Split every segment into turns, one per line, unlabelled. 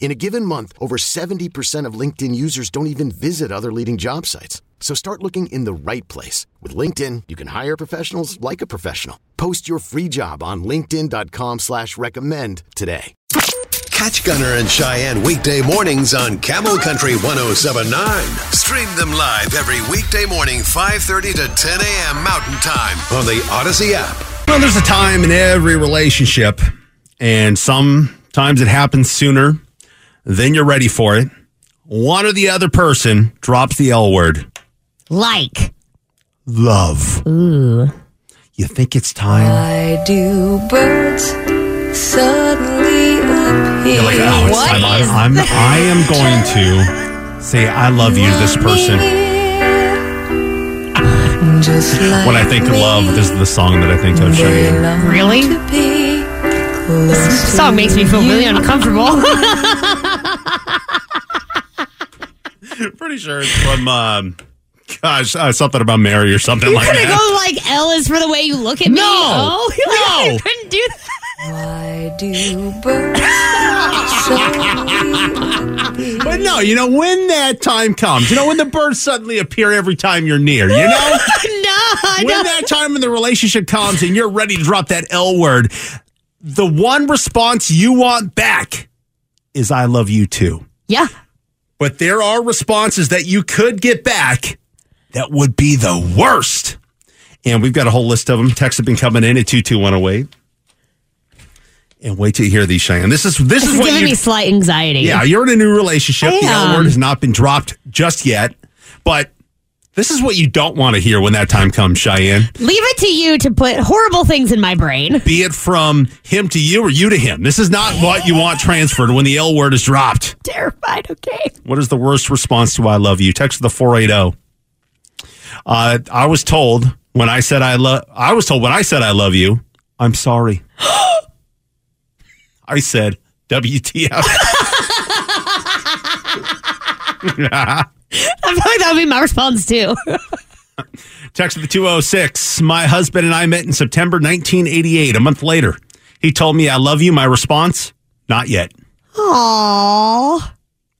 In a given month, over 70% of LinkedIn users don't even visit other leading job sites. So start looking in the right place. With LinkedIn, you can hire professionals like a professional. Post your free job on linkedin.com slash recommend today.
Catch Gunner and Cheyenne weekday mornings on Camel Country 1079. Stream them live every weekday morning, 5.30 to 10 a.m. Mountain Time on the Odyssey app.
Well, there's a time in every relationship, and sometimes it happens sooner than you're ready for it. One or the other person drops the L word
Like.
love.
Ooh.
You think it's time?
Why do birds suddenly appear?
You're like, oh, it's
What
time.
is
I'm, I'm, I am going to say I love you to this person.
Just like
When I think of love, this is the song that I think of. Cheyenne.
Really?
This
This song makes me feel really uncomfortable.
Pretty sure it's from, um, gosh, uh, something about Mary or something like
gonna
that.
go like L is for the way you look at me.
No.
Oh,
No.
I couldn't do that.
Why do birds suddenly
But no, you know, when that time comes, you know, when the birds suddenly appear every time you're near, you know?
no, I
when
don't.
that time in the relationship comes and you're ready to drop that L word, the one response you want back is I love you too.
yeah.
But there are responses that you could get back that would be the worst. And we've got a whole list of them. Texts have been coming in at 22108. And wait till you hear these, Cheyenne. This is this,
This
is
is
what
giving
you,
me slight anxiety.
yeah, you're in a new relationship.
I
The L
am.
word has not been dropped just yet, but this is what you don't want to hear when that time comes, Cheyenne.
Leave it to you to put horrible things in my brain.
Be it from him to you or you to him. This is not what you want transferred when the L word is dropped.
Terrified, okay?
What is the worst response to I love you? Text the 480. oh. Uh, I was told when I said I love I was told when I said I love you, I'm sorry. I said WTF.
I feel like that would be my response too.
Text of the 206. My husband and I met in September 1988, a month later. He told me, I love you. My response, not yet.
Aww.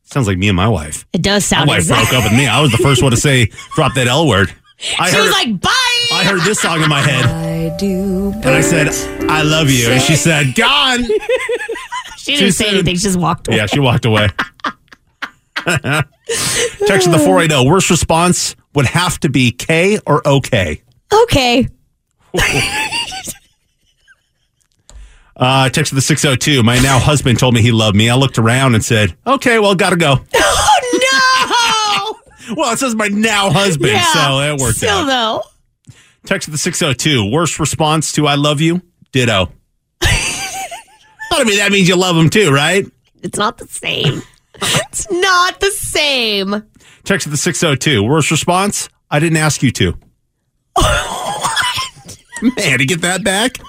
Sounds like me and my wife.
It does
Oh My
sound
wife broke
exactly.
up with me. I was the first one to say, drop that L word. I
She
heard,
was like, bye.
I heard this song in my head.
Why do birds
And I said, I love you. And she said, gone.
She didn't
she
say
said-
anything. She just walked away.
Yeah, she walked away. Text of the 480. Worst response would have to be K or OK.
Okay.
Uh, text to the 602. My now husband told me he loved me. I looked around and said, okay, well, gotta go.
Oh, no.
Well, it says my now husband, so it worked
still
out.
though.
text to the 602. Worst response to I love you? Ditto. I mean, that means you love him too, right?
It's not the same. it's not the same.
Text to the 602. Worst response? I didn't ask you to. Man, to get that back?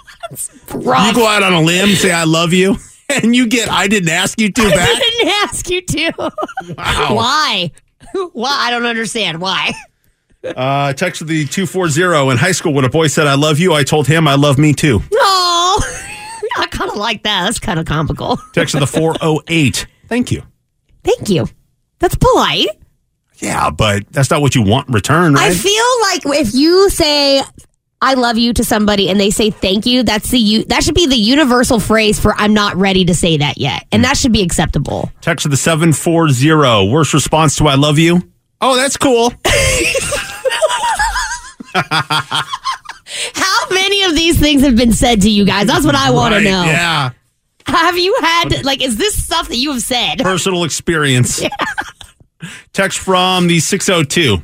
You go out on a limb, say I love you, and you get I didn't ask you to
I
back.
didn't ask you to. Why? Why? I don't understand why.
Uh, text to the 240 in high school when a boy said, I love you, I told him I love me too.
Oh, I kind of like that. That's kind of comical.
Text to the 408. Thank you.
Thank you. That's polite.
Yeah, but that's not what you want in return,
I
right?
feel like if you say "I love you" to somebody and they say "thank you," that's the u- that should be the universal phrase for "I'm not ready to say that yet,"
Mm.
and that should be acceptable.
text to the 740. Worst response to I love you? Oh, that's cool.
How many of these things have been said to you guys? That's what I want
Right,
to know.
Yeah.
Have you had, like, is this stuff that you have said?
Personal experience. Text from the 602.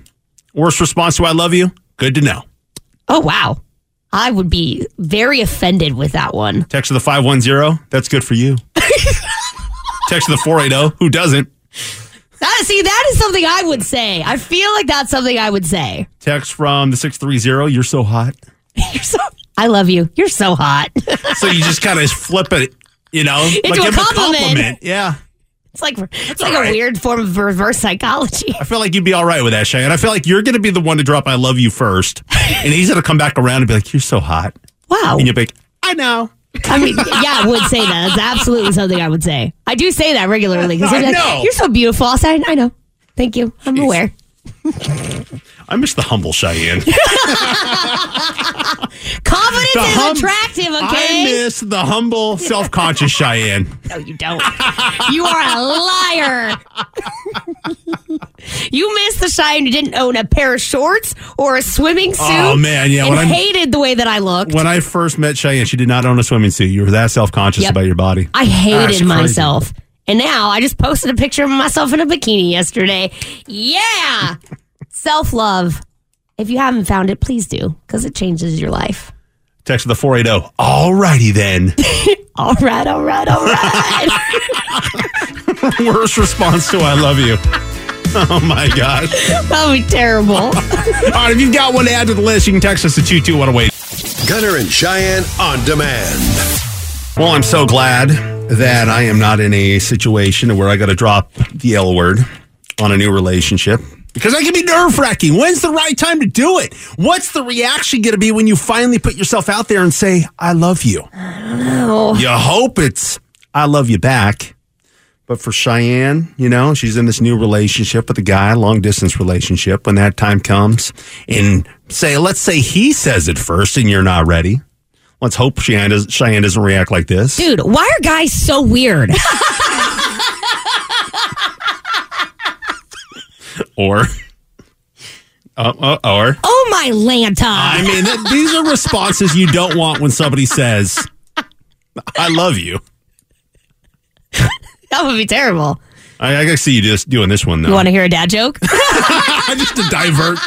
Worst response to I love you? Good to know.
Oh, wow. I would be very offended with that one.
Text to the 510. That's good for you. Text to the 480. Who doesn't?
That, see, that is something I would say. I feel like that's something I would say.
Text from the 630. You're so hot.
You're so, I love you. You're so hot.
So you just kind of flip it, you know?
Into a
give 'em
compliment.
Yeah.
It's like it's like
all
a
right.
weird form of reverse psychology.
I feel like you'd be all right with that, Shay. And I feel like you're going to be the one to drop I love you first. And he's going to come back around and be like, you're so hot.
Wow.
And you'll be like, I know.
I mean, yeah, I would say that. That's absolutely something I would say. I do say that regularly because
I
like,
know.
you're so beautiful. I'll say, I know. Thank you. I'm aware.
I miss the humble Cheyenne.
Confidence
The
is
hum-
attractive,
I
okay?
miss the humble, self conscious Cheyenne.
No, you don't. You are a liar. you missed the shine. You didn't own a pair of shorts or a swimming suit.
Oh, man, yeah,
And
when I'm-
hated the way that I looked.
When I first met Cheyenne, she did not own a swimming suit. You were that self conscious
Yep.
about your body.
I
That's
hated
crazy.
myself. And now I just posted a picture of myself in a bikini yesterday. Yeah. Self love. If you haven't found it, please do because it changes your life.
Text to the 480. All righty then.
All right, all right, all right.
Worst response to I love you. Oh my gosh.
that would be terrible.
All right, if you've got one to add to the list, you can text us at 22108.
Gunner and Cheyenne on demand.
Well, I'm so glad that I am not in a situation where I got to drop the L word on a new relationship because I can be nerve wracking. When's the right time to do it? What's the reaction going to be when you finally put yourself out there and say, I love you? I don't know. You hope it's, I love you back. But for Cheyenne, you know, she's in this new relationship with a guy, long distance relationship. When that time comes, and say, let's say he says it first and you're not ready. Let's hope Cheyenne, does, Cheyenne doesn't react like this.
Dude, why are guys so weird?
Or, uh, uh, or,
Oh, my Lanta.
I mean, th- these are responses you don't want when somebody says, I love you.
That would be terrible.
I, I can see you just doing this one, though.
You want to hear a dad joke?
just to divert.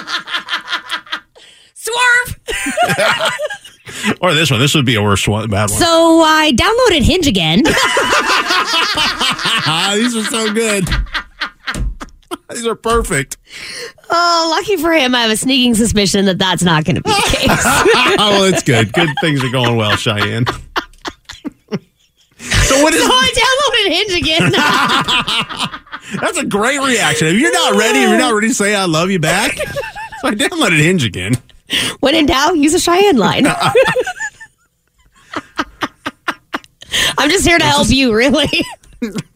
Swerve.
Or this one. This would be a worse one, bad one.
So I downloaded Hinge again.
Ah, these are so good. these are perfect.
oh, lucky for him, I have a sneaking suspicion that that's not going to be the case.
oh, well, it's good. Good things are going well, Cheyenne. so what is
so I downloaded Hinge again.
That's a great reaction. If you're not ready, if you're not ready to say I love you back, so I downloaded Hinge again.
When in doubt, use a Cheyenne line. I'm just here to help you, really.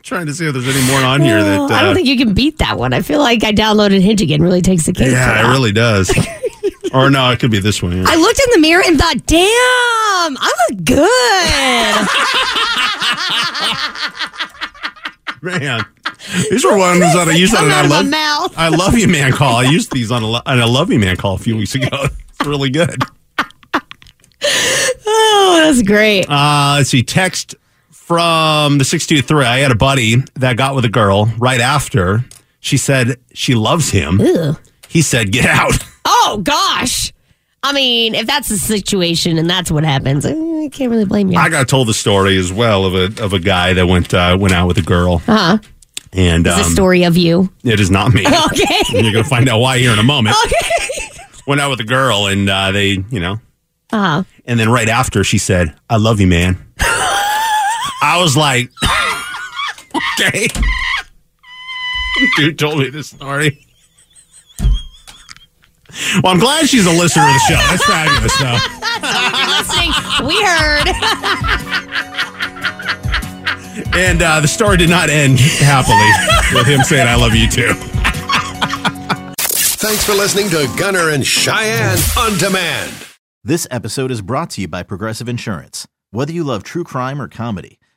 Trying to see if there's any more on here that. Uh,
I don't think you can beat that one. I feel like I downloaded Hinge again really takes the cake. for
yeah,
that.
it really does. or no, it could be this one. yeah.
I looked in the mirror and thought, damn, I look good.
Man, these were ones that I used on
Come
an
out
I
of my
love
mouth.
I love you man call. I used these on a, lo- on a love you man call a few weeks ago. It's really good.
oh, that's great.
Uh, let's see. Text from the 623. I had a buddy that got with a girl right after. She said she loves him. He said, get out.
Oh, gosh. I mean, if that's the situation and that's what happens, eh, I can't really blame you.
I got told the story as well of a of a guy that went uh, went out with a girl. Uh-huh. And
the
um,
story Oh, of you.
it is not me.
Okay.
You're gonna find out why here in a moment.
okay.
Went out with a girl, and uh, they, you know,
Uh-huh.
and then right after she said, "I love you, man." I was like, "Okay." Dude told me this story. Well, I'm glad she's a listener of the show. That's fabulous, though.
listening. We heard.
And uh, the story did not end happily with him saying, "I love you too."
Thanks for listening to Gunner and Cheyenne on demand.
This episode is brought to you by Progressive Insurance. Whether you love true crime or comedy,